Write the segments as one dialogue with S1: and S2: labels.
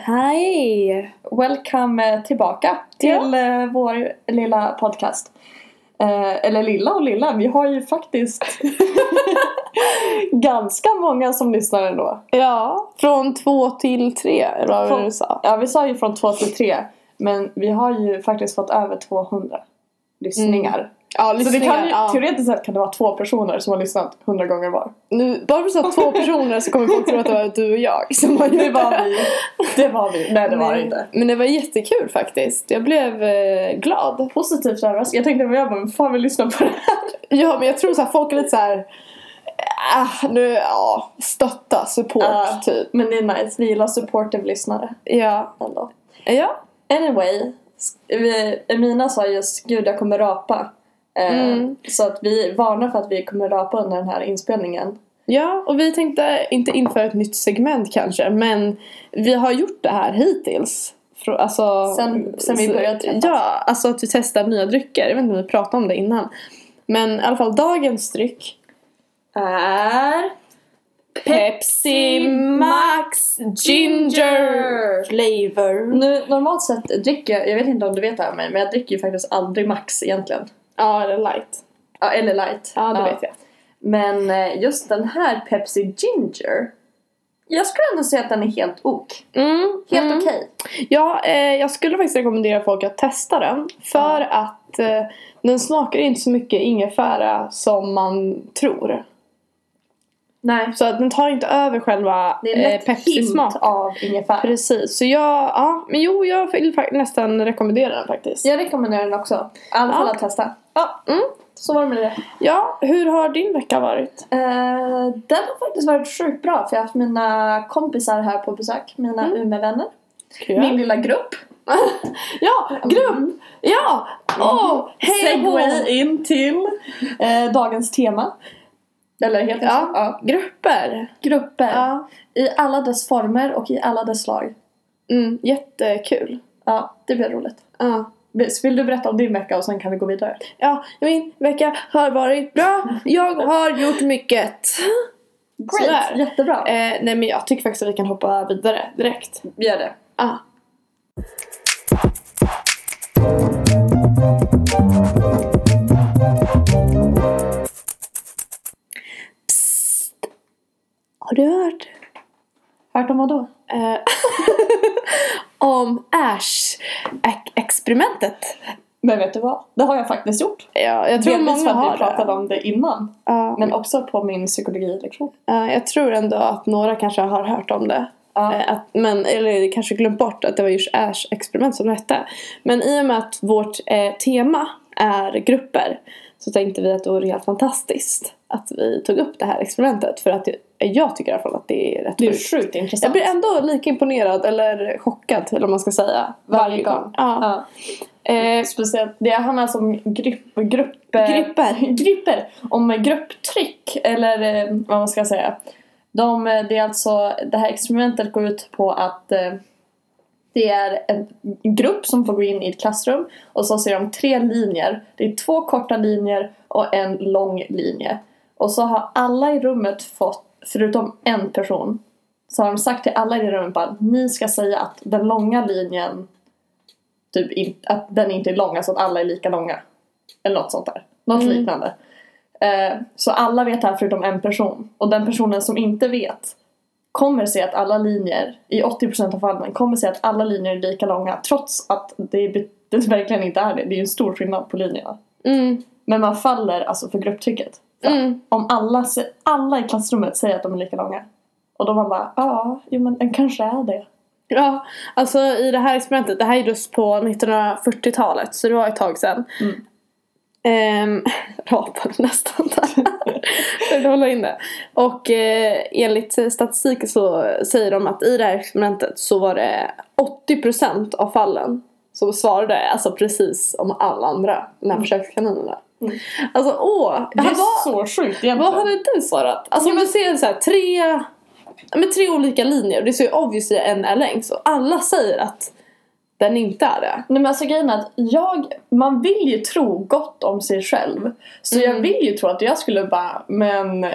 S1: Hej!
S2: Welcome eh, tillbaka till
S1: Ja.
S2: eh, vår lilla podcast. Eh, eller lilla och lilla, vi har ju faktiskt ganska många som lyssnar ändå.
S1: Ja, från två till tre eller vad var det
S2: Från-
S1: du sa?
S2: Ja, vi sa ju från två till tre, men vi har ju faktiskt fått över 200 lyssningar.
S1: Ja,
S2: Så det kan ju,
S1: Mm. ja.
S2: teoretiskt sett kan det vara två personer som har lyssnat hundra gånger var.
S1: Nu, bara för att du sa två personer så kommer folk tro att det var du och jag som har gjort
S2: Det var vi. Det var vi. Nej, det var det
S1: Men-
S2: inte.
S1: Men det var jättekul faktiskt. Jag blev eh, glad.
S2: Positivt överraskad. Jag tänkte, men jag bara, men fan vi lyssnar på det här.
S1: Ja, men jag tror så här, folk är lite så här... Ah, nu, ja, stötta, support,
S2: Ja.
S1: typ.
S2: Men det är nice, vi gillar supportive lyssnare
S1: Ja.
S2: ändå.
S1: Ja.
S2: Anyway, sk- vi, Emina sa just gud jag kommer rapa. Eh,
S1: Mm.
S2: Så att vi varnar för att vi kommer rapa under den här inspelningen.
S1: Ja, och vi tänkte inte införa ett nytt segment kanske, men vi har gjort det här hittills. Frå- Alltså,
S2: Sen- sen vi började träffas.
S1: Ja, alltså att vi testar nya drycker. Jag vet inte om vi pratade om det innan. Men i alla fall dagens dryck.
S2: Är...
S1: Pepsi Max Ginger Flavor.
S2: Nu, normalt sett dricker jag, jag vet inte om du vet det här med mig, men jag dricker ju faktiskt aldrig Max egentligen.
S1: Ja, eller light.
S2: Ja, eller light.
S1: Ja, det vet jag.
S2: Men eh, just den här Pepsi Ginger. Jag skulle ändå säga att den är helt ok.
S1: Mm,
S2: Helt
S1: mm.
S2: okej.
S1: Ja, eh, jag skulle faktiskt rekommendera folk att testa den. För att eh, den smakar inte så mycket ingefära som man tror.
S2: Nej.
S1: Så att den tar inte över själva
S2: Det är en lätt
S1: eh, Pepsi-smak.
S2: hint av ingefära.
S1: Precis, så jag, ja, men jo, jag vill fa- nästan rekommendera den faktiskt.
S2: Jag rekommenderar den också. I alla fall
S1: Ja.
S2: att testa. Ja,
S1: Mm.
S2: så var det med det.
S1: Ja, hur har din vecka varit?
S2: Eh, den har faktiskt varit sjukt bra för jag har haft mina kompisar här på besök. Mina
S1: Mm.
S2: Umeåvänner.
S1: Kul.
S2: Min lilla grupp.
S1: Ja, grupp! Ja! Åh, hej och hå!
S2: Mm. Segway in till eh, dagens tema. Eller helt enkelt.
S1: Ja.
S2: Ja.
S1: Grupper!
S2: Grupper.
S1: Ja.
S2: I alla dess former och i alla dess slag.
S1: Mm, jättekul.
S2: Ja, det blir roligt.
S1: Ja.
S2: Vill du berätta om din vecka och sen kan vi gå vidare?
S1: ja, min vecka har varit bra. Jag har gjort mycket.
S2: Great!
S1: Sådär.
S2: Jättebra!
S1: Eh, nej, men jag tycker faktiskt att vi kan hoppa vidare direkt.
S2: Vi gör det.
S1: Ah. Psst. Har du hört?
S2: Hört om vadå?
S1: Eh, om Ash-experimentet.
S2: Men vet du vad? Det har jag faktiskt gjort.
S1: Ja, jag tror
S2: Delvis för att
S1: många har
S2: vi
S1: det.
S2: pratade om det innan.
S1: Ja,
S2: Men också på min psykologilektion.
S1: eh, jag tror ändå att några kanske har hört om det.
S2: Ja.
S1: Eh, Att, men, eller kanske glömt bort att det var just Ash experiment som det hette. Men i och med att vårt eh, tema är grupper så tänkte vi att det vore helt fantastiskt att vi tog upp det här experimentet. För att det, jag tycker i alla fall att det är rätt
S2: Det är
S1: sjukt.
S2: sjukt intressant.
S1: Jag blir ändå lika imponerad eller chockad eller vad man ska säga.
S2: Varje gång.
S1: Ja.
S2: Ja.
S1: Eh,
S2: Speciellt, det handlar alltså om grupp, grupp, eh,
S1: Grupper.
S2: grupper. Om grupptryck eller eh, vad man ska säga. De, eh, det, är alltså, det här experimentet går ut på att eh, det är en grupp som får gå in i ett klassrum och så ser de tre linjer. Det är två korta linjer och en lång linje. Och så har alla i rummet fått, förutom en person, så har de sagt till alla i rummet bara ni ska säga att den långa linjen typ in, att den inte är lång, alltså att alla är lika långa. Eller något sånt där. Något
S1: Mm.
S2: liknande. Eh, så alla vet det här förutom en person. Och den personen som inte vet kommer se att alla linjer, i 80% av fallen, kommer se att alla linjer är lika långa trots att det, är, det verkligen inte är det. Det är ju en stor skillnad på linjerna.
S1: mm,
S2: Men man faller alltså för grupptrycket. För
S1: mm.
S2: Om alla, se- alla i klassrummet säger att de är lika långa. Och då man bara, ja, jo men den kanske är det.
S1: Ja, alltså i det här experimentet, det här är just på 1940-talet så det var ett tag sedan.
S2: Mm.
S1: Ehm, rapade nästan där. Försökte hålla in det. Och eh, enligt statistik så säger de att i det här experimentet så var det 80% av fallen som svarade alltså precis om alla andra, de här
S2: Mm.
S1: försökskaninerna.
S2: Mm.
S1: Alltså åh!
S2: Det är
S1: vad-
S2: så sjukt
S1: vad
S2: egentligen.
S1: hade du svarat? Alltså om du ser så här, tre, med tre olika linjer och det är så ju obviously en är längst och alla säger att den inte är det.
S2: Nej men alltså grejen är att jag, man vill ju tro gott om sig själv. Så jag
S1: Mm.
S2: vill ju tro att jag skulle bara, men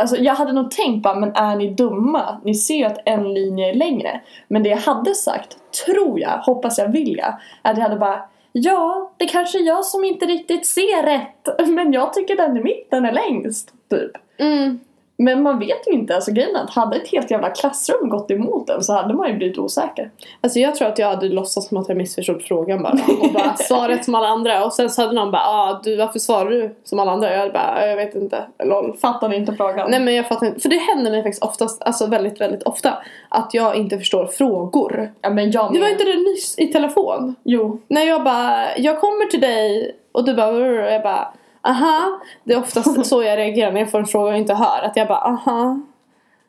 S2: Alltså jag hade nog tänkt bara, men är ni dumma? Ni ser ju att en linje är längre. Men det jag hade sagt, tror jag, hoppas jag vill jag, att jag hade bara Ja, det kanske är jag som inte riktigt ser rätt, men jag tycker den i mitten är längst, typ.
S1: Mm.
S2: Men man vet ju inte, alltså grejen är att hade ett helt jävla klassrum gått emot den så hade man ju blivit osäker.
S1: Alltså jag tror att jag hade låtsats som att jag missförstod frågan bara. Och bara svaret som alla andra. Och sen så hade någon bara ah, du varför svarar du som alla andra? Jag hade bara "Ah, jag vet inte. Lol.
S2: Fattar ni inte frågan?
S1: Nej men jag fattar inte. För det händer mig faktiskt oftast, alltså väldigt väldigt ofta. Att jag inte förstår frågor.
S2: Ja men jag
S1: Det
S2: med.
S1: var inte det nyss i telefon.
S2: Jo.
S1: När jag bara jag kommer till dig och du bara "Urr", och jag bara aha. Det är oftast så jag reagerar när jag får en fråga och inte hör. Att jag bara aha.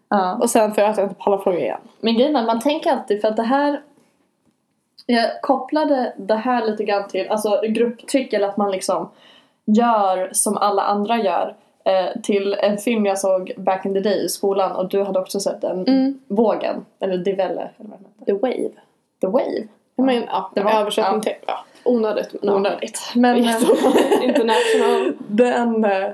S2: Ja.
S1: Och sen får jag att jag inte pallar fråga igen.
S2: Men grejen är, man tänker alltid för att det här Jag kopplade det här lite grann till alltså grupptryck eller att man liksom gör som alla andra gör eh, till en film jag såg back in the day i skolan och du hade också sett den
S1: Mm.
S2: vågen eller Divelle eller vad den heter.
S1: The wave.
S2: The Wave.
S1: Ja. Men, ja,
S2: Det var-
S1: översättning
S2: ja.
S1: till. Ja. Onödigt. men eh, ja.
S2: Onödigt. Men
S1: Jättebra. International.
S2: den eh,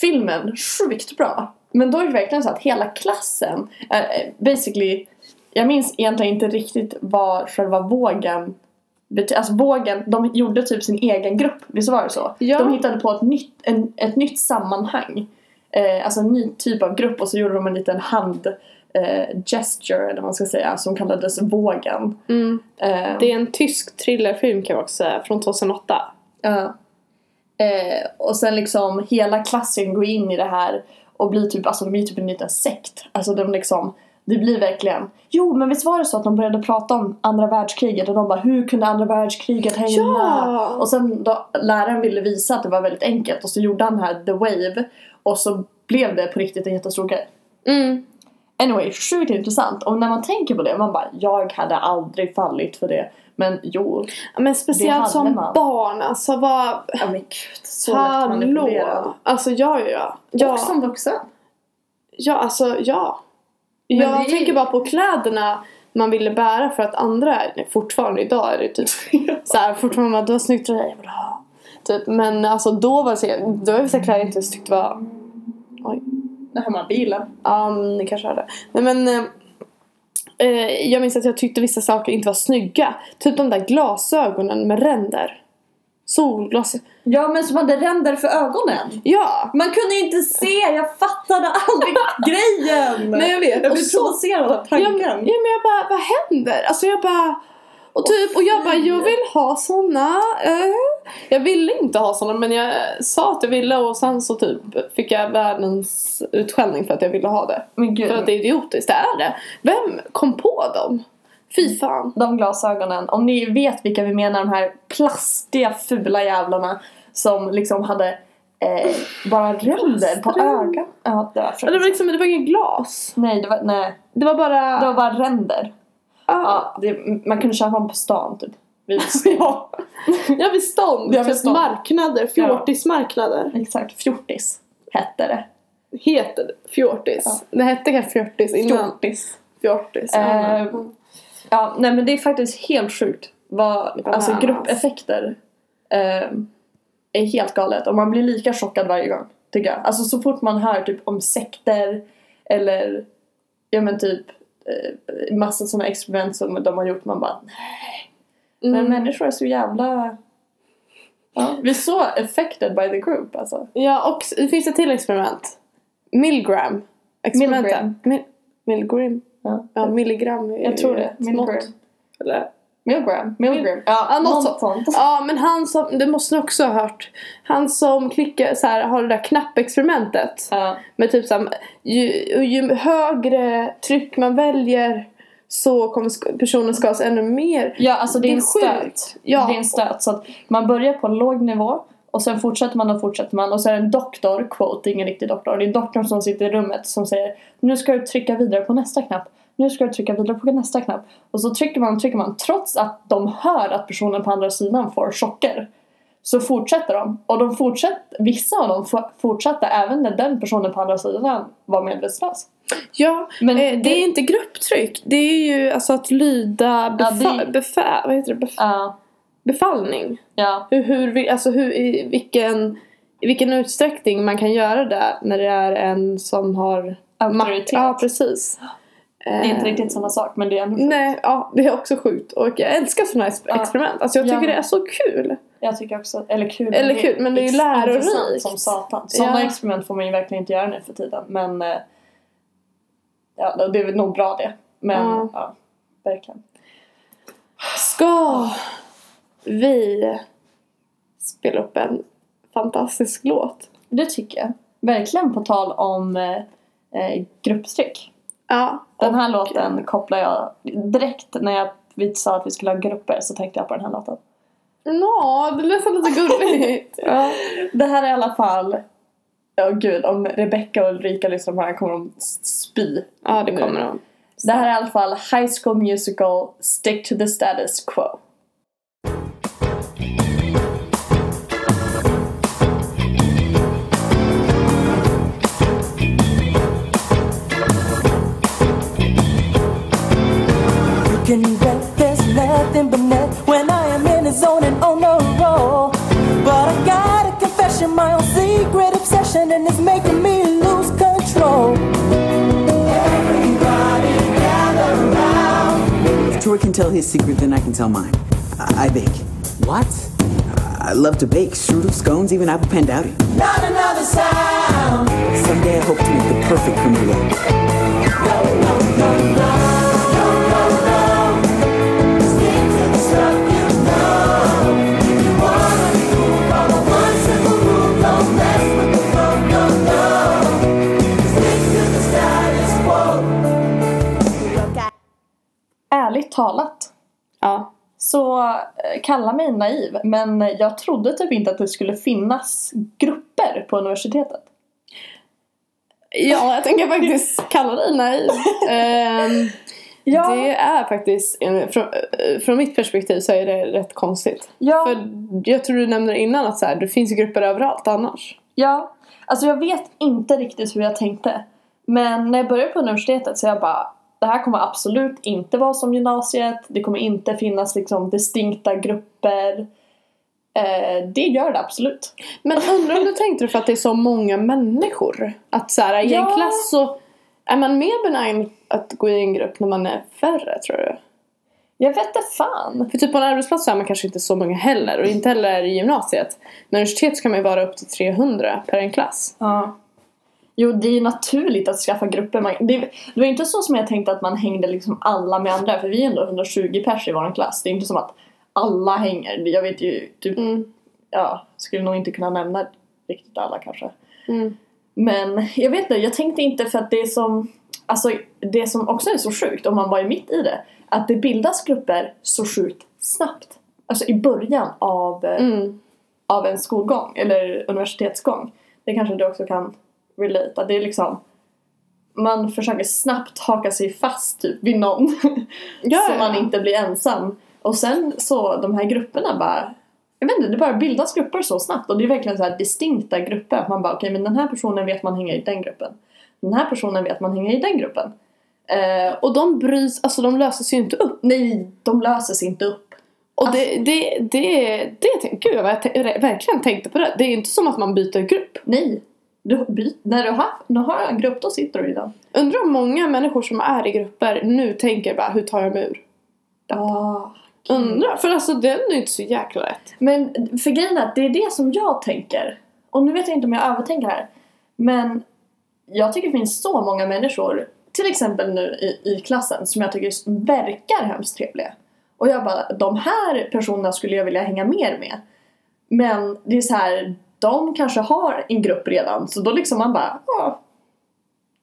S2: filmen sjukt bra. Men då är det verkligen så att hela klassen eh, basically jag minns egentligen inte riktigt vad själva vågen bety- Alltså vågen, de gjorde typ sin egen grupp, visst var det så?
S1: Ja.
S2: De hittade på ett nytt, en, ett nytt sammanhang. Eh, alltså en ny typ av grupp och så gjorde de en liten hand eh, gesture eller vad man ska säga som kallades vågen.
S1: Mm.
S2: Eh,
S1: Det är en tysk thrillerfilm kan man också säga, från 2008.
S2: Ja. Eh, och sen liksom hela klassen går in i det här och blir typ, alltså de är typ en liten sekt. Alltså de liksom, det blir verkligen Jo men visst var det så att de började prata om andra världskriget och de bara hur kunde andra världskriget hända?
S1: Ja!
S2: Och sen då, läraren ville visa att det var väldigt enkelt och så gjorde han här the wave och så blev det på riktigt en jättestor grej.
S1: Mm.
S2: Anyway, sjukt intressant och när man tänker på det man bara jag hade aldrig fallit för det. Men jo,
S1: Men
S2: Det
S1: speciellt
S2: hade
S1: som
S2: man.
S1: barn, alltså vad...
S2: ja men gud så lätt manipulerad.
S1: Hallå! Alltså ja, ja, ja. Ja,
S2: Och som vuxen.
S1: ja alltså ja.
S2: Men
S1: jag
S2: det är-
S1: tänker bara på kläderna man ville bära för att andra, nej, fortfarande idag är det typ så här, fortfarande bara, du har snyggt tröja, jag vill ha. Typ, men alltså då var det så, då var det vissa kläder jag inte ens tyckte var,
S2: Den här med bilen.
S1: ja mm, ni kanske hörde. Nej men, eh, eh, jag minns att jag tyckte vissa saker inte var snygga. Typ de där glasögonen med ränder. Solglasögon.
S2: Ja men som hade ränder för ögonen.
S1: Ja!
S2: Man kunde ju inte se, jag fattade aldrig grejen.
S1: Nej jag vet.
S2: jag
S1: Och
S2: blev
S1: så
S2: provocerad av
S1: Ja,
S2: tanken.
S1: men- ja men jag bara, vad händer? Alltså jag bara och typ, och jag bara,
S2: fy.
S1: jag vill ha såna. Eh. Jag ville inte ha såna men jag sa att jag ville och sen så typ fick jag världens utskällning för att jag ville ha det.
S2: Men gud.
S1: För att det är idiotiskt, det är det. Vem kom på dem? Fy fan.
S2: De glasögonen, om ni vet vilka vi menar, de här plastiga fula jävlarna som liksom hade eh, bara ränder på
S1: Plastrum.
S2: ögonen. Ja, det var
S1: Ja, Det var
S2: fruktansvärt.
S1: liksom, det var inget glas.
S2: Nej, det var, nej,
S1: Det var bara... ah,
S2: det var bara ränder.
S1: ja.
S2: Ja, det, man kunde köpa dem på stan typ. Vi-
S1: ja. Jag vid stånd.
S2: Jag vid
S1: typ
S2: stånd.
S1: Marknader, fjortismarknader.
S2: Exakt, fjortis hette det.
S1: Heter det fjortis? Det hette kanske fjortis innan.
S2: Fjortis.
S1: Fjortis.
S2: Eh,
S1: ja. Mm.
S2: Ja, nej men det är faktiskt helt sjukt vad
S1: Bananas.
S2: alltså, gruppeffekter eh, är helt galet. Och man blir lika chockad varje gång, tycker jag. Alltså så fort man hör typ om sekter eller ja men typ eh, massa sådana experiment som de har gjort. Man bara,
S1: Mm.
S2: men människor är så jävla... Ja, vi är så affected by the group alltså.
S1: ja, och s- det finns ett till experiment. Milgram. Experimentet. Mil- Milgram.
S2: Ja.
S1: Ja, milligram. är
S2: Jag tror
S1: ju
S2: det.
S1: ett mått,
S2: Milgram.
S1: Eller?
S2: Milgram. Milgram. Ja,
S1: Ja, något
S2: något
S1: sånt.
S2: sånt.
S1: Ja, men han som, det måste ni också ha hört. Han som klickar så här, har det där knappexperimentet.
S2: Ja.
S1: Med typ så här, ju, och ju högre tryck man väljer så kommer sk- personen skadas ännu mer.
S2: Ja, alltså det är en
S1: Det är sjukt.
S2: stöt.
S1: Ja.
S2: Det är en stöt. Så att man börjar på en låg nivå och sen fortsätter man och fortsätter man och så är det en doktor, quote, det är ingen riktig doktor, det är doktorn som sitter i rummet som säger nu ska du trycka vidare på nästa knapp, nu ska du trycka vidare på nästa knapp och så trycker man och trycker man trots att de hör att personen på andra sidan får chocker så fortsätter de och de fortsätter, vissa av dem f- fortsätter även när den personen på andra sidan var medvetslös.
S1: Ja,
S2: Men
S1: eh, det är inte grupptryck. Det är ju alltså att lyda
S2: Ja,
S1: befa-
S2: det-
S1: befä- vad heter det? Bef-
S2: Ja,
S1: befallning.
S2: ja,
S1: Hur, hur, vi- alltså hur, i vilken i vilken utsträckning man kan göra det när det är en som har
S2: Auktoritet.
S1: Ja, precis. Eh,
S2: Det är inte riktigt samma sak men det är ändå
S1: Nej, ja, det är också sjukt. Och jag älskar sådana här
S2: Ja.
S1: experiment. Alltså jag tycker
S2: Ja.
S1: det är så kul.
S2: Jag tycker också, eller kul. men
S1: Eller kul, men det är ju lärorikt.
S2: intressant som satan. Sådana
S1: Ja.
S2: experiment får man ju verkligen inte göra nu för tiden. Men eh, ja, det är väl nog bra det. Men
S1: Ja.
S2: ja, verkligen.
S1: Ska vi spela upp en fantastisk låt?
S2: Det tycker jag. Verkligen på tal om eh, eh, grupptryck.
S1: Ja.
S2: Den
S1: och-
S2: här låten kopplar jag direkt när jag, vi sa att vi skulle ha grupper så tänkte jag på den här låten.
S1: Nå, det lät lite gulligt. ja.
S2: Det här är i alla fall Åh gud, om Rebecca och Ulrika lyssnar på det här kommer de s- spy
S1: ja, det kommer de.
S2: Det här är i alla fall High School Musical Stick to the Status Quo.
S3: You can bet there's nothing but net when I am in the zone and on the roll. But I got a confession, my own secret obsession, and it's making me lose control. Everybody gather round.
S4: If Troy can tell his secret, then I can tell mine. I, I bake. What? I love to bake strudel, scones, even apple pandowdy.
S3: Not another sound.
S4: Someday I hope to make the perfect creme brulee.
S3: Stick to the stuff you know. If you wanna be cool, follow one simple rule. Don't mess with the flow, no, no. Stick to the status quo.
S2: Ärligt talat
S1: Ja.
S2: så eh, kalla mig naiv men jag trodde typ inte att det skulle finnas grupper på universitetet.
S1: ja, jag tänker faktiskt kalla dig naiv. Ehm,
S2: Ja,
S1: Det är faktiskt, en- från, eh, från mitt perspektiv så är det rätt konstigt.
S2: ja,
S1: För jag tror du nämnde innan att så här, det finns ju grupper överallt annars.
S2: ja. Alltså jag vet inte riktigt hur jag tänkte. Men när jag började på universitetet så jag bara det här kommer absolut inte vara som gymnasiet. Det kommer inte finnas liksom distinkta grupper. Eh, det gör det absolut.
S1: Men undrar om du tänkte det för att det är så många människor? Att så här, i en
S2: Ja.
S1: klass så är man mer benägen att gå i en grupp när man är färre tror du?
S2: Jag vet inte fan.
S1: För typ på en arbetsplats så är man kanske inte så många heller och inte heller i gymnasiet. Men universitet så kan man ju vara upp till 300 per en klass.
S2: Ja. Jo, det är ju naturligt att skaffa grupper. Man, det, det var ju inte så som jag tänkte att man hängde liksom alla med andra. För vi är ändå 120 pers i vår klass. Det är ju inte som att alla hänger. Jag vet ju, typ,
S1: Mm.
S2: ja, skulle nog inte kunna nämna riktigt alla kanske.
S1: Mm.
S2: Men jag vet inte, jag tänkte inte för att det är som, alltså det som också är så sjukt om man bara är mitt i det. Att det bildas grupper så sjukt snabbt. Alltså i början av eh,
S1: Mm.
S2: av en skolgång eller universitetsgång. Det kanske du också kan relata. Det är liksom man försöker snabbt haka sig fast typ vid någon
S1: Ja,
S2: så
S1: ja.
S2: man inte blir ensam. Och sen så de här grupperna bara jag vet inte, det bara bildas grupper så snabbt och det är verkligen så här distinkta grupper. Att Man bara okej men den här personen vet man hänger i den gruppen. Den här personen vet man hänger i den gruppen. Eh,
S1: Och de bryts, alltså de löses ju inte upp.
S2: nej, de löses inte upp.
S1: Och
S2: Alltså-
S1: det, det, det, det, tänk- gud jag ver- verkligen tänkte på det. Det är ju inte som att man byter grupp.
S2: Nej, du, by- när du har, när du har en grupp då sitter du i den.
S1: Undrar om många människor som är i grupper nu tänker bara hur tar jag mig ur?
S2: Ah,
S1: Undrar, för alltså den är ju inte så jäkla lätt.
S2: Men för grejen är att det är det som jag tänker. Och nu vet jag inte om jag övertänker här. Men jag tycker det finns så många människor, till exempel nu i, i klassen, som jag tycker verkar hemskt trevliga. Och jag bara, de här personerna skulle jag vilja hänga mer med. Men det är så här, de kanske har en grupp redan. Så då liksom man bara, ja.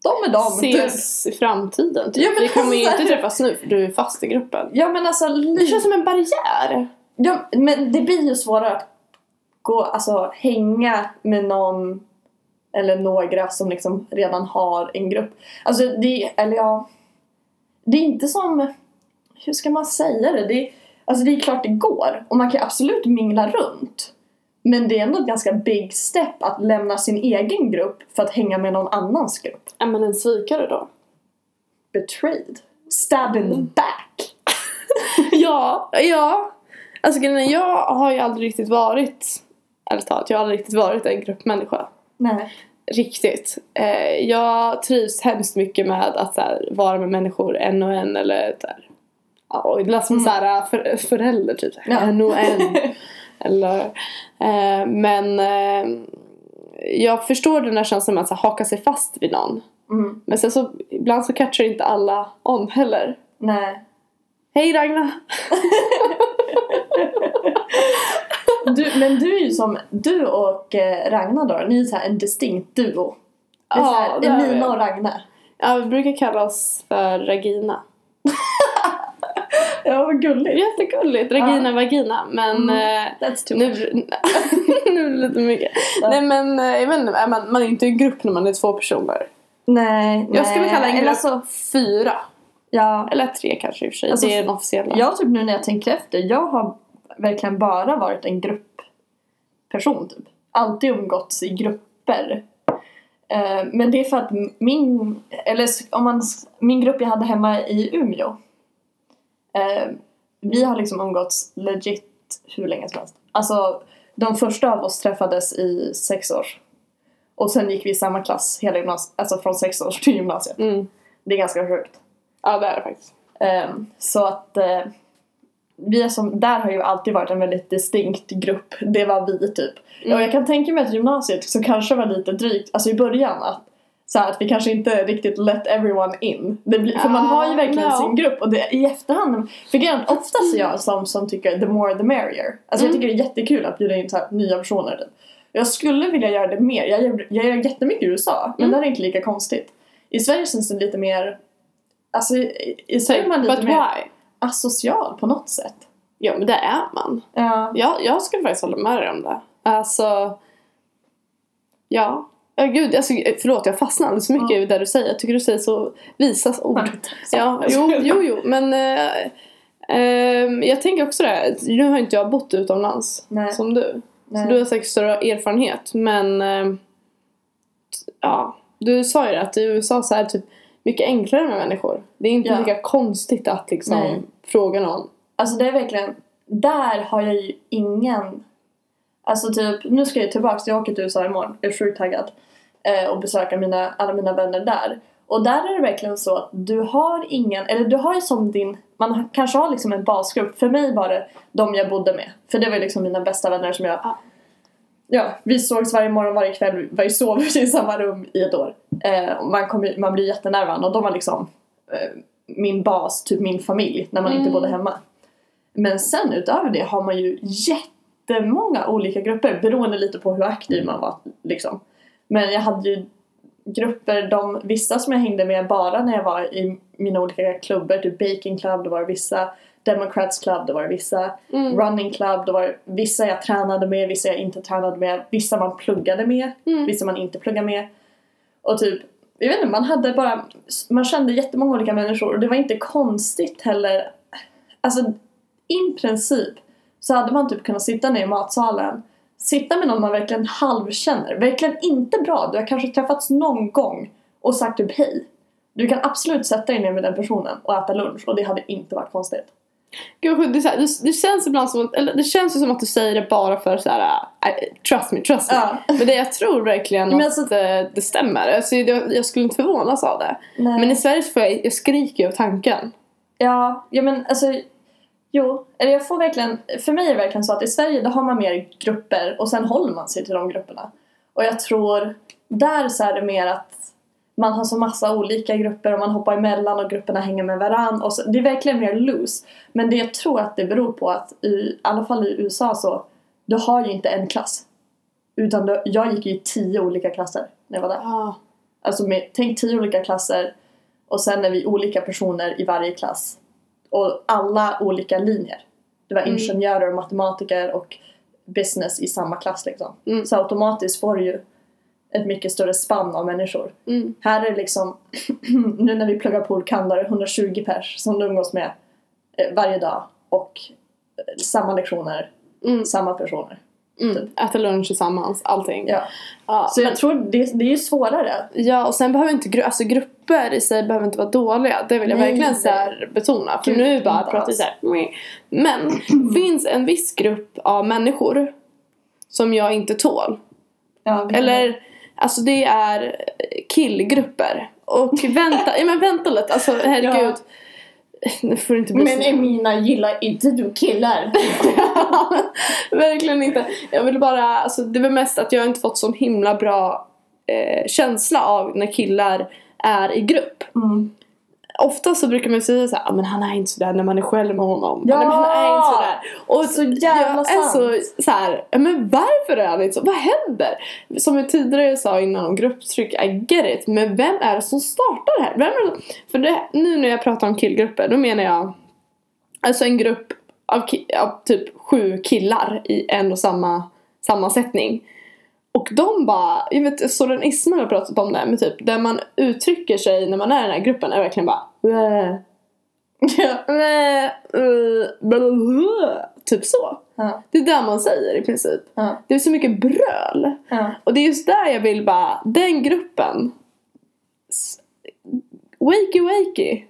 S2: De är de.
S1: Ses i framtiden typ.
S2: Ja, men
S1: Vi kommer ju
S2: alltså-
S1: inte träffas nu för du är fast i gruppen.
S2: Ja men alltså,
S1: Det känns som en barriär.
S2: Ja, men det blir ju svårare att gå, alltså, hänga med någon eller några som liksom redan har en grupp. Alltså det, eller ja, det är inte som, hur ska man säga det? det är- alltså det är klart det går och man kan absolut mingla runt. Men det är ändå ett ganska big step att lämna sin egen grupp för att hänga med någon annans grupp.
S1: Är man en svikare då?
S2: Betrayed. Stab in the back.
S1: ja, ja. Alltså grejen är, jag har ju aldrig riktigt varit Ärligt talat, jag har aldrig riktigt varit en gruppmänniska.
S2: Nej.
S1: Riktigt. Eh, jag trivs hemskt mycket med att så här, vara med människor en och en eller så här, ja, och det lät som så här, eh, för, förälder typ.
S2: Mm. Ja.
S1: En och en. eller, eh, men eh, jag förstår den där känslan med att så här, haka sig fast vid någon.
S2: Mm.
S1: Men sen så ibland så catchar inte alla on heller.
S2: Nej.
S1: Hej Ragnar!
S2: Du, men du är ju som, du och eh, Ragnar då, ni är så här en distinkt duo. Det är så här,
S1: det är vi.
S2: Elina och Ragnar.
S1: Ja, vi brukar kalla oss för Regina.
S2: Ja, vad
S1: Det
S2: gulligt.
S1: är jättegulligt. Regina Vagina. Men
S2: Mm.
S1: eh,
S2: That's too
S1: nu, nu blir det lite mycket.
S2: Typ. Ja.
S1: Nej men eh, jag vet inte, är man, man är inte i grupp när man är två personer.
S2: Nej,
S1: Jag skulle
S2: nej.
S1: kalla en grupp
S2: Eller så,
S1: fyra.
S2: ja.
S1: Eller tre kanske i och för sig.
S2: Alltså,
S1: det är den officiella.
S2: Jag typ nu när jag tänker efter, jag har verkligen bara varit en gruppperson typ. Alltid umgåtts i grupper. Eh, Men det är för att min, eller s- om man, s- min grupp jag hade hemma i Umeå. eh, Vi har liksom umgåtts legit hur länge som helst. Alltså de första av oss träffades i sex år. Och sen gick vi i samma klass hela gymnasiet, alltså från sex år till gymnasiet.
S1: Mm.
S2: Det är ganska sjukt.
S1: Ja det är det faktiskt.
S2: Ehm, så att eh, vi är som, där har ju alltid varit en väldigt distinkt grupp. Det var vi typ. Och jag kan tänka mig att gymnasiet så kanske var lite drygt, alltså i början att så här, att vi kanske inte riktigt let everyone in. Det blir, för man
S1: Ah,
S2: har ju verkligen
S1: no.
S2: sin grupp och det, i efterhand, för grejen är att oftast är jag som, som tycker the more the merrier. Alltså jag tycker det är jättekul att bjuda in så här, nya personer typ. Jag skulle vilja göra det mer, jag gör, jag gör jättemycket i USA men där är det inte lika konstigt. I Sverige känns det lite mer, alltså i, i Sverige är man lite
S1: But
S2: mer
S1: why?
S2: asocial på något sätt.
S1: Ja men det är man.
S2: Ja.
S1: Jag, jag skulle faktiskt hålla med dig om det. Alltså, ja. Ja, gud, alltså, förlåt jag fastnade alldeles så mycket i det du säger. Jag tycker du säger så visa ord. Ja, jo, jo, jo, men eh, ehm, jag tänker också det. här. Nu har inte jag bott utomlands
S2: Nej.
S1: som du.
S2: Nej.
S1: Så du har säkert större erfarenhet, men ehm, t- ja, du sa ju det, att i USA så är det typ mycket enklare med människor. Det är inte
S2: Ja.
S1: lika konstigt att liksom
S2: Nej.
S1: fråga någon.
S2: Alltså det är verkligen, där har jag ju ingen... Alltså typ, nu ska jag tillbaka, jag åker till USA imorgon, jag är sjukt taggad. Eh, och besöka mina, alla mina vänner där. Och där är det verkligen så att du har ingen, eller du har ju som din, man har- kanske har liksom en basgrupp. För mig var det de jag bodde med. För det var ju liksom mina bästa vänner som jag...
S1: Ja.
S2: Ja, vi sågs varje morgon, varje kväll, vi var ju sov i samma rum i ett år. Eh, och man, kom, ju- man blir jättenära varandra och de var liksom eh, min bas, typ min familj, när man inte bodde hemma. Men sen utöver det har man ju jättemånga olika grupper beroende lite på hur aktiv man var liksom. Men jag hade ju grupper, de, vissa som jag hängde med bara när jag var i mina olika klubbar, typ Baking Club, det var vissa Democrats Club, det var vissa Running Club, det var vissa jag tränade med, vissa jag inte tränade med, vissa man pluggade med, vissa man inte pluggade med. Och typ, jag vet inte, man hade bara, man kände jättemånga olika människor och det var inte konstigt heller. Alltså, i princip så hade man typ kunnat sitta ner i matsalen, sitta med någon man verkligen halvkänner, verkligen inte bra, du har kanske träffats någon gång och sagt typ hej. Du kan absolut sätta dig ner med den personen och äta lunch och det hade inte varit konstigt.
S1: Gud, vad sjukt. det, är så här, det, det känns ibland som att, eller det känns ju som att du säger det bara för så här, äh, trust me, trust me.
S2: Ja.
S1: Men det, jag tror verkligen
S2: Men alltså-
S1: att eh, det stämmer. Alltså, jag, jag skulle inte förvånas av det.
S2: Nej.
S1: Men i Sverige så får jag, jag skriker ju av tanken.
S2: Ja, ja men alltså Jo, eller jag får verkligen, för mig är det verkligen så att i Sverige då har man mer grupper och sen håller man sig till de grupperna. Och jag tror, där så är det mer att man har så massa olika grupper och man hoppar emellan och grupperna hänger med varann. Och så, det är verkligen mer loose. Men det jag tror att det beror på att, i, i alla fall i USA så, du har ju inte en klass. Utan du, jag gick ju i tio olika klasser när jag var där.
S1: Ah.
S2: Alltså med, tänk tio olika klasser och sen är vi olika personer i varje klass. Och alla olika linjer. Det
S1: Mm.
S2: var ingenjörer, och matematiker och business i samma klass liksom.
S1: Mm.
S2: Så automatiskt får du ju ett mycket större spann av människor.
S1: Mm.
S2: Här är det liksom, nu när vi pluggar på Olkan, där är det 120 pers som du umgås med eh, varje dag. Och eh, samma lektioner,
S1: Mm.
S2: samma personer.
S1: Mm. Äta lunch tillsammans, allting.
S2: Ja.
S1: Ja,
S2: Så jag tror det, det är ju svårare.
S1: ja, och sen behöver inte gru- alltså, grupper i sig behöver inte vara dåliga. Det vill jag
S2: Nej.
S1: verkligen så här betona. För
S2: Gud,
S1: nu bara
S2: inte
S1: pratar vi
S2: alls.
S1: så här. meh. Men finns en viss grupp av människor som jag inte tål.
S2: Ja,
S1: Eller, alltså det är killgrupper. Och vänta, ja men vänta lite, alltså herregud. Nu får det inte bli så.
S2: Men Emina gillar inte du killar.
S1: Verkligen inte. Jag vill bara, alltså det var mest att jag inte fått sån himla bra eh, känsla av när killar är i grupp.
S2: Mm.
S1: Ofta så brukar man säga såhär, ah, men han är inte sådär när man är själv med honom.
S2: Ja!
S1: Ja! Men han är inte sådär. Och
S2: Så jävla
S1: jag är
S2: sant.
S1: alltså, så, såhär, "Ja, men varför är han inte så? Vad händer? Som jag tidigare sa innan om grupptryck, I get it. Men vem är det som startar det här? Vem är det? För det, nu när jag pratar om killgrupper, då menar jag Alltså en grupp av, ki- av typ sju killar i en och samma sammansättning. Och de bara, jag vet så den Ismail har pratat om det, men typ där man uttrycker sig när man är i den här gruppen är verkligen bara "Blä, blä, eh, blä", Typ så.
S2: Ja,
S1: Det är där man säger i princip.
S2: ja,
S1: Det är så mycket bröl.
S2: ja.
S1: Och det är just där jag vill bara, den gruppen. s- Wakey wakey.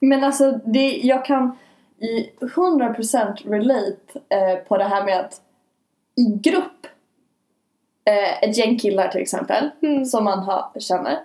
S2: Men alltså, det, jag kan i 100% relate eh, på det här med att i grupp, eh, ett gäng killar till exempel,
S1: Mm.
S2: som man har, känner,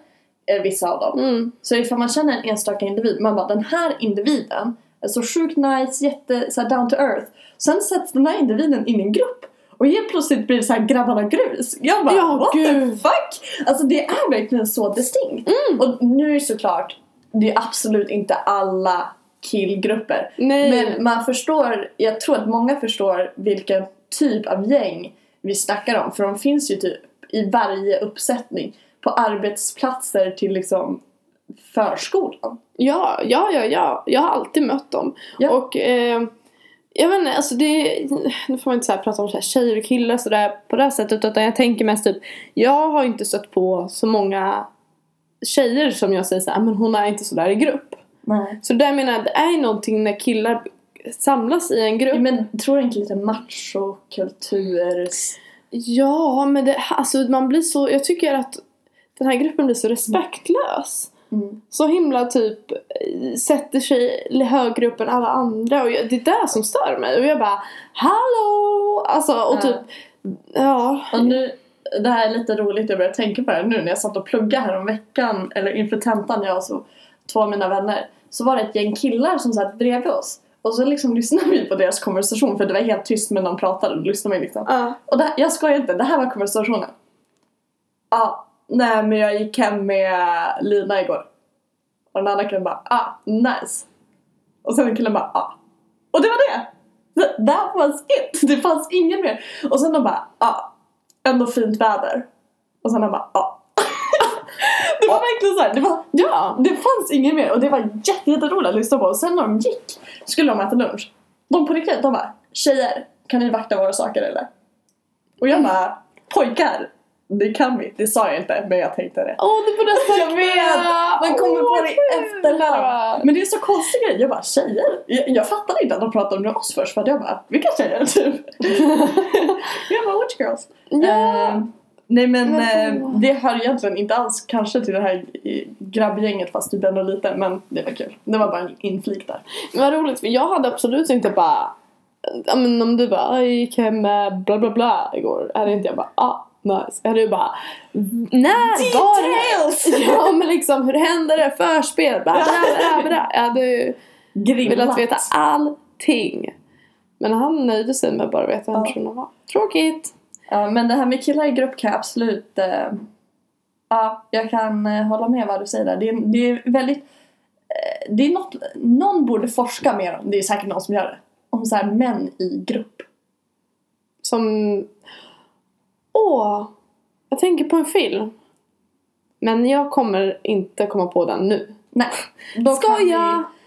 S2: eh, vissa av dem.
S1: Mm.
S2: Så ifall man känner en enstaka individ, man bara den här individen är så sjukt nice, jätte så här, down to earth. Sen sätts den här individen in i en grupp och helt plötsligt blir det så här grabbarna grus. Jag bara
S1: Ja,
S2: what the
S1: gud.
S2: fuck? Alltså det är verkligen så distinkt. Och nu är det såklart, det är absolut inte alla killgrupper.
S1: Nej.
S2: Men man förstår, jag tror att många förstår vilken typ av gäng vi snackar om. För de finns ju typ i varje uppsättning. På arbetsplatser till liksom förskolan.
S1: Ja, ja, ja, ja. Jag har alltid mött dem.
S2: Ja.
S1: Och eh, jag vet inte, alltså det, nu får man inte så här prata om så här tjejer och killar sådär på det här sättet. Utan jag tänker mest typ, jag har inte stött på så många tjejer som jag säger såhär, men hon är inte sådär i grupp.
S2: Nej.
S1: Så där menar jag, det är ju någonting när killar samlas i en grupp.
S2: Men tror du inte lite machokultur?
S1: Ja, men det, alltså man blir så, jag tycker att den här gruppen blir så respektlös.
S2: Mm.
S1: så himla typ eh, sätter sig högre upp än alla andra och jag, det är det som stör mig och jag bara hallå alltså och
S2: Ja.
S1: typ ja
S2: Och nu, det här är lite roligt, jag börjar tänka på det nu när jag satt och pluggade här om veckan eller inför tentan jag och så, två av mina vänner. Så var det ett gäng killar som satt bredvid oss. Och så liksom lyssnade vi på deras konversation för det var helt tyst men de pratade och lyssnade vi liksom.
S1: ja
S2: Och det, jag skojar inte, det här var konversationen. Ja, nej men jag gick hem med Lina igår. Och den andra killen bara, ah, nice. Och sen killen bara, ah. Och det var det! Th- That was it! Det fanns ingen mer. Och sen de bara, ah, ändå fint väder. Och sen de bara, ah. det var verkligen såhär, det, var-
S1: ja
S2: det fanns ingen mer. Och det var jätte- jätteroligt att lyssna på. Och sen när de gick, skulle de äta lunch. De på riktigt, de bara, tjejer, kan ni vakta våra saker eller? Och jag bara, pojkar, det kan vi. Det sa jag inte, men jag tänkte det.
S1: åh det borde jag sagt
S2: Jag vet! Man kommer på det i efterhand. Men det är så konstigt grej. Jag bara tjejer. Jag, jag fattade inte att de pratade om oss först för att jag bara vilka tjejer typ. jag bara which girls.
S1: Ja.
S2: Eh, nej men
S1: Men-
S2: eh, det hör egentligen inte alls kanske till det här eh, grabbgänget fast typ ändå lite men det var kul. Det var bara en inflik där.
S1: vad roligt för jag hade absolut inte bara ja men om du bara "Jag gick hem med bla bla bla igår hade inte jag bara ah nice jag hade ju bara när var det ja men liksom hur hände det förspel bla bla bla, bla, bla. jag hade ju
S2: Grillat.
S1: velat veta allting. Men han nöjde sig med att bara veta
S2: Ja.
S1: vem personen var. Tråkigt!
S2: Ja, men det här med killar i grupp kan jag absolut... Eh, ja, jag kan eh, hålla med vad du säger där. Det är, det är väldigt... Eh, det är något, någon borde forska mer om, det är säkert någon som gör det, om så här män i grupp.
S1: Som... Åh! Jag tänker på en film. Men jag kommer inte komma på den nu.
S2: Nej, då kan,
S1: Skoja!
S2: Vi,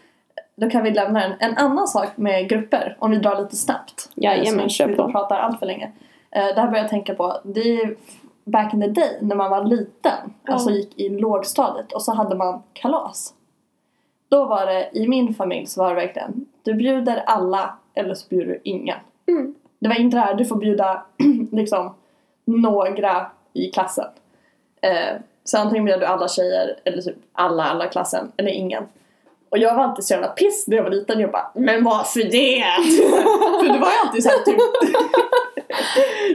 S2: då kan vi lämna den. En annan sak med grupper, om vi drar lite snabbt.
S1: Jajamän,
S2: Så vi
S1: kör
S2: sitter och
S1: på.
S2: pratar allt för länge. Eh, det här börjar jag tänka på, det är back in the day när man var liten,
S1: Ja.
S2: alltså gick i lågstadiet och så hade man kalas. Då var det, i min familj så var det verkligen, du bjuder alla eller så bjuder du ingen.
S1: Mm.
S2: Det var inte det här, du får bjuda liksom några i klassen. Eh, så antingen bjöd du alla tjejer eller typ alla, alla i klassen eller ingen. Och jag var alltid så jävla piss när jag var liten. Jag bara, men varför det? För det var ju alltid såhär typ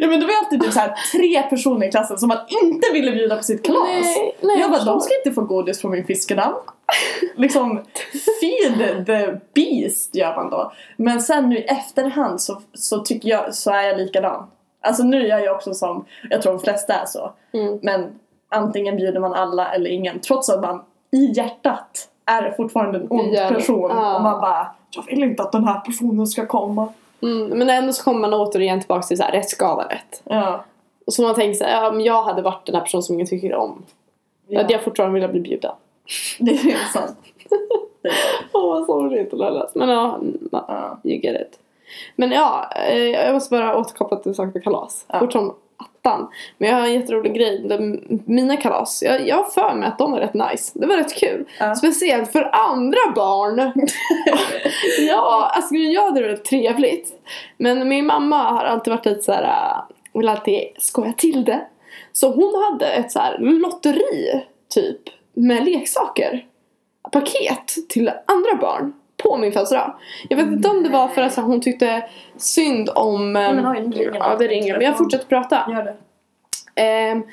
S2: Ja men det var ju alltid typ så här, tre personer i klassen som man inte ville bjuda på sitt kalas.
S1: Nej, nej,
S2: jag
S1: jag
S2: bara, de
S1: förstår.
S2: ska inte få godis från min fiskedamm. liksom, feed the beast gör man då. Men sen nu i efterhand så, så tycker jag, så är jag likadan. Alltså nu är jag ju också som, jag tror de flesta är så.
S1: Mm.
S2: Men antingen bjuder man alla eller ingen. Trots att man i hjärtat är fortfarande en ond
S1: gör det.
S2: person.
S1: Ja.
S2: Och man bara, jag vill inte att den här personen ska komma.
S1: Mm, men ändå så kommer man återigen tillbaka till så här, rätt ska vara rätt.
S2: Ja.
S1: Och så man tänker så här, ja, men jag hade varit den här personen som ingen tycker om. Då
S2: ja.
S1: hade jag fortfarande velat bli bjuden.
S2: Det är sant.
S1: Åh vad sorgligt att lära Men ja, ma-
S2: Ja.
S1: you get it. Men ja, eh, jag måste bara återkoppla till en sak med kalas.
S2: Ja.
S1: Fort som attan. Men jag har en jätterolig grej. De, mina kalas, jag, jag har för mig att de var rätt nice. Det var rätt kul.
S2: Ja.
S1: Speciellt för andra barn. ja, alltså jag hade det rätt trevligt. Men min mamma har alltid varit lite så här, äh, vill alltid skoja till det. Så hon hade ett så här lotteri, typ, med leksaker. Paket till andra barn. På min födelsedag. Jag vet inte om det var för att så här, hon tyckte synd om... ehm,
S2: Nej, men oj, nu ringer
S1: ja, det
S2: det.
S1: ringer. Men jag fortsätter prata.
S2: Gör det.
S1: Ehm,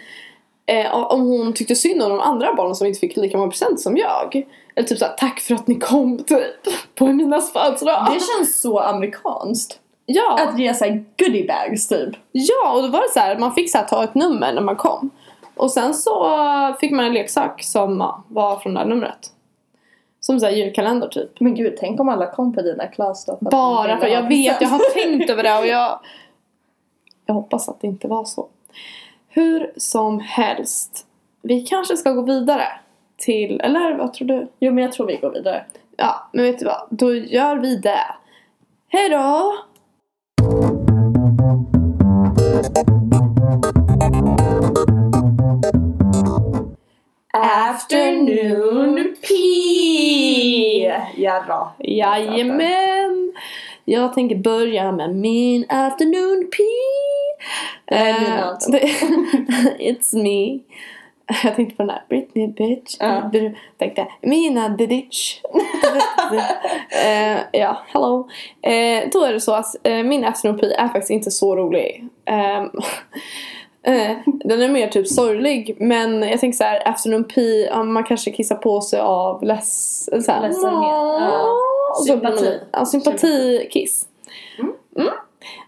S1: eh, om hon tyckte synd om de andra barnen som inte fick lika många present som jag. Eller typ såhär, tack för att ni kom typ. På Eminas födelsedag.
S2: Det känns så amerikanskt.
S1: Ja,
S2: Att ge såhär goodiebags typ.
S1: ja, och då var det så här, man fick så här, ta ett nummer när man kom. Och sen så eh, fick man en leksak som ja, var från det här numret. Som såhär julkalender typ.
S2: Men gud, tänk om alla kom på dina klass då. att de
S1: Bara
S2: ville
S1: för, jag
S2: ha
S1: vet, jag
S2: present.
S1: har tänkt över det och jag... Jag hoppas att det inte var så. Hur som helst. Vi kanske ska gå vidare till, eller vad tror du?
S2: Jo men jag tror vi går vidare.
S1: Ja, men vet du vad? Då gör vi det. Hej då!
S2: Afternoon pee! Ja då.
S1: Jajamän! Jag tänker börja med min afternoon pee.
S2: är
S1: Eh,
S2: min alltså.
S1: det- It's me. Jag tänkte på den där Britney bitch.
S2: Ja.
S1: Du tänkte Mina the ditch. Eh, ja, hello. Eh, då är det så att eh, min afternoon pee är faktiskt inte så rolig. Ehm, eh, den är mer typ sorglig men jag tänker så här afternoon pee, ja, man kanske kissar på sig av less, eh, så här,
S2: Ledsenhet, ja.
S1: Och så blir man-
S2: Sympati.
S1: Ja, sympatikiss. Mm.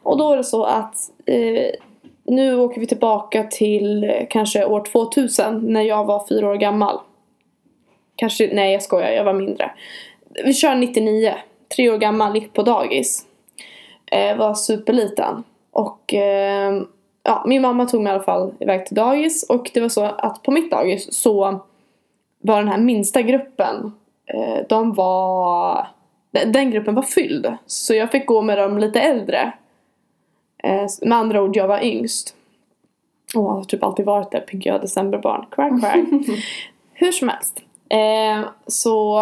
S1: Och då är det så att eh, nu åker vi tillbaka till eh, kanske år 2000 när jag var fyra år gammal. Kanske, nej jag skojar, jag var mindre. Vi kör 99, tre år gammal, gick på dagis. Eh, var superliten. Och eh, ja, min mamma tog mig i alla fall iväg till dagis och det var så att på mitt dagis så var den här minsta gruppen, eh, de var, den den gruppen var fylld. Så jag fick gå med de lite äldre. Eh, med andra ord, jag var yngst. Och har typ alltid varit det, pigga decemberbarn. Quack, quack. Hur som helst. Eh, så,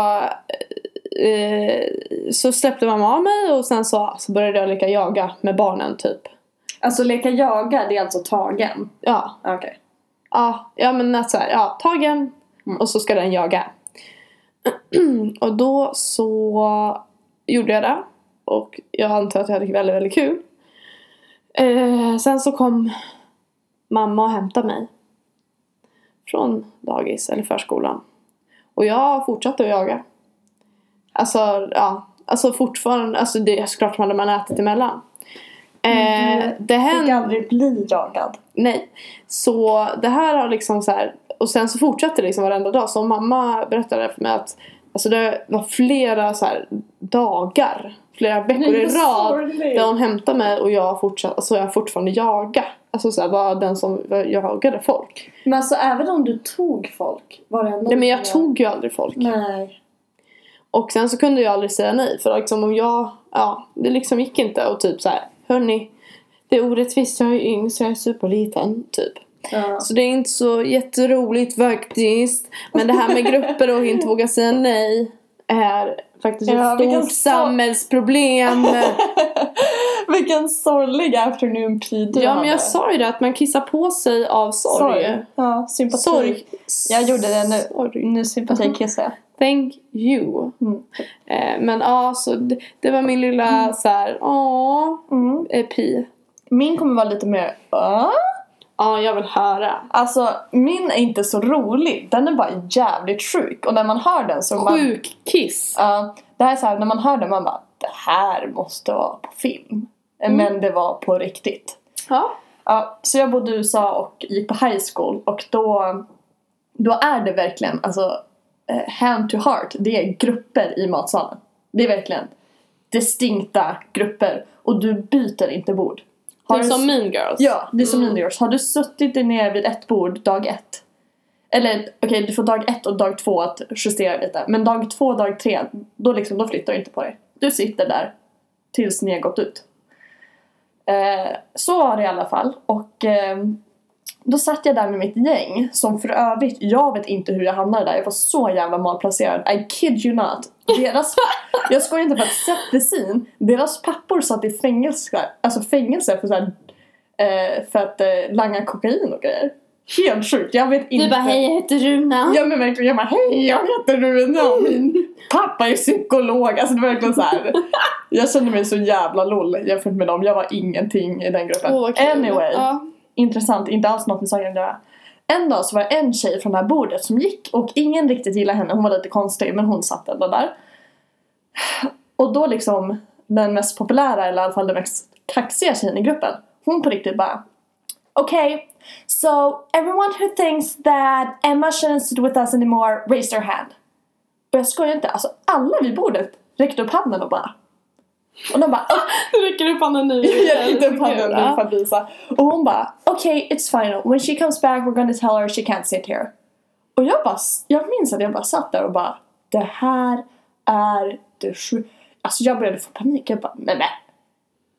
S1: eh, så släppte mamma av mig och sen så, så började jag leka jaga med barnen typ.
S2: Alltså leka jaga, det är alltså tagen. Ah,
S1: Ja,
S2: Okej.
S1: Ja, ja men att så här, ja, tagen och så ska den jaga. och då så gjorde jag det. Och jag antar att jag hade väldigt, väldigt kul. Eh, sen så kom mamma och hämtade mig. Från dagis eller förskolan. Och jag fortsatte att jaga. Alltså, ja. Alltså fortfarande, alltså det är såklart man hade man ätit emellan. Eh, det
S2: Fick
S1: hände...
S2: aldrig bli jagad.
S1: Nej. Så det här har liksom så här. Och sen så fortsatte det liksom varenda dag. Så mamma berättade för mig att alltså det var flera så här dagar, flera veckor
S2: Nej,
S1: i
S2: vad
S1: rad.
S2: sorgligt.
S1: Där hon hämtade mig och jag fortsatte, alltså jag fortfarande jaga. Alltså så här, var den som jagade folk.
S2: Men alltså även om du tog folk, var det ändå...
S1: Nej men jag tog ju aldrig folk.
S2: Nej.
S1: Och sen så kunde jag aldrig säga nej för liksom om jag, ja, det liksom gick inte och typ så här, hörni, det är orättvist, jag är yngst, jag är superliten, typ.
S2: Ja.
S1: Så det är inte så jätteroligt faktiskt. Men det här med grupper och inte våga säga nej är faktiskt
S2: Ja,
S1: ett
S2: vilken
S1: stort
S2: stor-
S1: samhällsproblem.
S2: Vilken sorglig afternoon pee du
S1: ja men
S2: hade.
S1: jag sa ju det att man kissar på sig av sorg.
S2: Sorg. Ja, sympati.
S1: Sorg.
S2: Jag gjorde det nu.
S1: Sorg.
S2: Nu sympatikissar jag.
S1: Thank you.
S2: Mm.
S1: Eh, men ja, så det, det var min lilla så här, åh,
S2: Mm.
S1: eh, pi.
S2: Min kommer vara lite mer "Ah?"
S1: Ja, jag vill höra.
S2: Alltså min är inte så rolig. Den är bara jävligt sjuk. Och när man hör den så... Man,
S1: Sjuk kiss.
S2: Ja, det här är så här, när man hör den man bara Det här måste vara på film.
S1: Mm.
S2: Men det var på riktigt.
S1: Ja.
S2: Ja, så jag bodde i USA och gick på high school och då, då är det verkligen alltså eh, hand to heart. Det är grupper i matsalen. Det är verkligen distinkta grupper och du byter inte bord.
S1: Det
S2: du
S1: är
S2: s-
S1: som Mean Girls.
S2: Ja, det är som mm. Har du suttit dig ner vid ett bord dag ett? Eller okej, du får dag ett och dag två att justera lite. Men dag två och dag tre, då, liksom, då flyttar du inte på dig. Du sitter där tills ni har gått ut. Eh, så var det i alla fall. Och eh, då satt jag där med mitt gäng. Som för övrigt, jag vet inte hur jag hamnade där. Jag var så jävla malplacerad. I kid you not. Deras, jag skojar inte för att sätt the scene. Deras pappor satt i fängelse, alltså fängelse för så här eh, för att eh, langa kokain och grejer. Helt sjukt, jag vet inte.
S1: Du bara, hej jag heter Runa.
S2: Ja men verkligen, jag bara hej jag heter Rune och min pappa är psykolog. Alltså det var verkligen så här. Jag kände mig så jävla loll jämfört med dem. Jag var ingenting i den gruppen.
S1: Åh, vad kul.
S2: anyway,
S1: Ja.
S2: intressant, inte alls något med saken att göra. En dag så var det en tjej från det här bordet som gick och ingen riktigt gillade henne. Hon var lite konstig men hon satt ändå där. Och då liksom den mest populära eller i alla fall den mest kaxiga tjejen i gruppen. Hon på riktigt bara Okay, so everyone who thinks that Emma shouldn't sit with us anymore, raise their hand. Och jag skojar inte, alltså alla vid bordet räckte upp handen och bara... Och de bara "Ah,
S1: Du räcker upp handen nu.
S2: jag räckte upp handen nu för att visa. Och hon bara okay, it's final, when she comes back we're gonna tell her she can't sit here. Och jag bara, jag minns att jag bara satt där och bara det här är det sjuka. Alltså jag började få panik, jag bara nej men.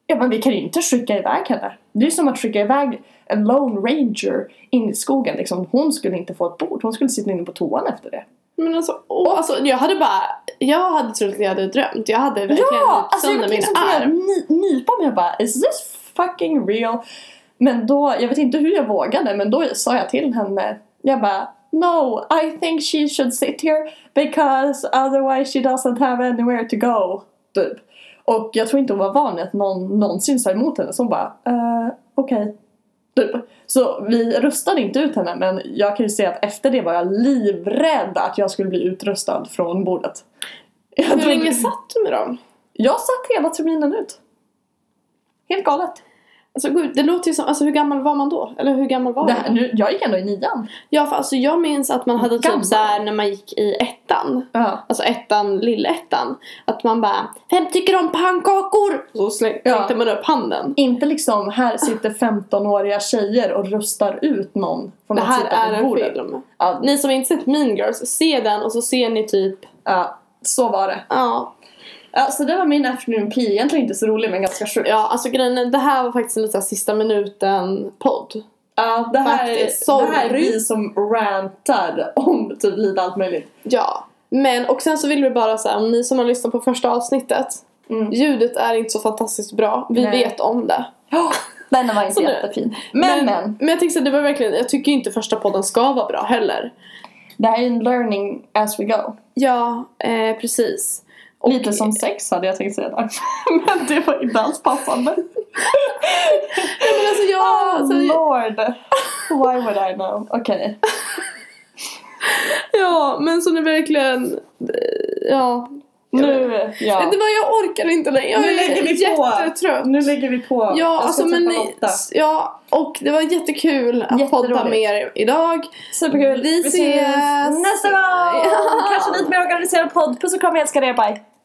S2: Jag bara vi kan inte skicka iväg henne. Det är som att skicka iväg en lone ranger in i skogen liksom. Hon skulle inte få ett bord, hon skulle sitta inne på toan efter det.
S1: Men alltså, åh, alltså, jag hade bara, jag hade trott att jag hade drömt. Jag hade verkligen
S2: Ja!
S1: ja,
S2: Alltså jag
S1: sönder
S2: fick
S1: min
S2: liksom
S1: arm.
S2: ni- nypa mig och bara Is this fucking real? Men då, jag vet inte hur jag vågade men då sa jag till henne Jag bara No, I think she should sit here because otherwise she doesn't have anywhere to go typ. Och jag tror inte hon var van vid att någon någonsin sa emot henne så hon bara eh, okej Typ. Så vi röstade inte ut henne men jag kan ju säga att efter det var jag livrädd att jag skulle bli utröstad från bordet. Jag
S1: Hur
S2: trodde-
S1: länge satt du med dem?
S2: jag satt hela terminen ut. Helt galet.
S1: Alltså gud, det låter ju som, alltså hur gammal var man då? Eller hur gammal var
S2: Det
S1: man?
S2: här, nu, jag gick ändå i nian.
S1: Ja, för alltså jag minns att man hade
S2: Gammal.
S1: typ så här när man gick i ettan.
S2: Ja.
S1: Alltså ettan, lillettan. Att man bara, vem tycker om pannkakor? Så släng-
S2: Ja.
S1: slängde man upp handen.
S2: Inte liksom, här sitter 15-åriga tjejer och röstar ut någon från
S1: Det
S2: att
S1: här
S2: sitta
S1: är
S2: vid
S1: en
S2: typ bordet.
S1: film.
S2: Ja,
S1: Ni som inte sett Mean Girls, se den och så ser ni typ,
S2: ja, så var det.
S1: ja.
S2: Ja, så det var min afternoon pee. Egentligen inte så rolig men ganska sjuk.
S1: Ja, alltså grejen är, det här var faktiskt en liten sista minuten-podd.
S2: Ja, det, här är,
S1: Faktiskt, sorry.
S2: det här är vi som rantar om typ lite allt möjligt.
S1: Ja. Men, och sen så vill vi bara säga, om ni som har lyssnat på första avsnittet.
S2: Mm.
S1: Ljudet är inte så fantastiskt bra, vi
S2: Nej.
S1: vet om det.
S2: Oh, den var inte
S1: Så nu-
S2: jättefin. Men, men men,
S1: men jag tänkte så här, det var verkligen, jag tycker ju inte första podden ska vara bra heller.
S2: det här är en learning as we go.
S1: Ja, eh, precis. Och-
S2: Lite som sex hade jag tänkt säga där. Men det var inte alls passande.
S1: Men alltså jag,
S2: Oh
S1: alltså,
S2: lord! Why would I know? Okej.
S1: ja men så nu verkligen, eh, ja.
S2: Nu, ja.
S1: Det var, jag orkar inte längre, jag
S2: Nu lägger vi
S1: är
S2: på.
S1: jättetrött.
S2: nu typ lägger vi på.
S1: Ja, alltså men ni,
S2: Lotta.
S1: ja, och det var jättekul att podda
S2: Jätteroligt.
S1: med er idag.
S2: Superkul.
S1: vi ses.
S2: nästa gång! Kanske lite mer organiserad podd. Puss och kram, jag älskar er. Bye!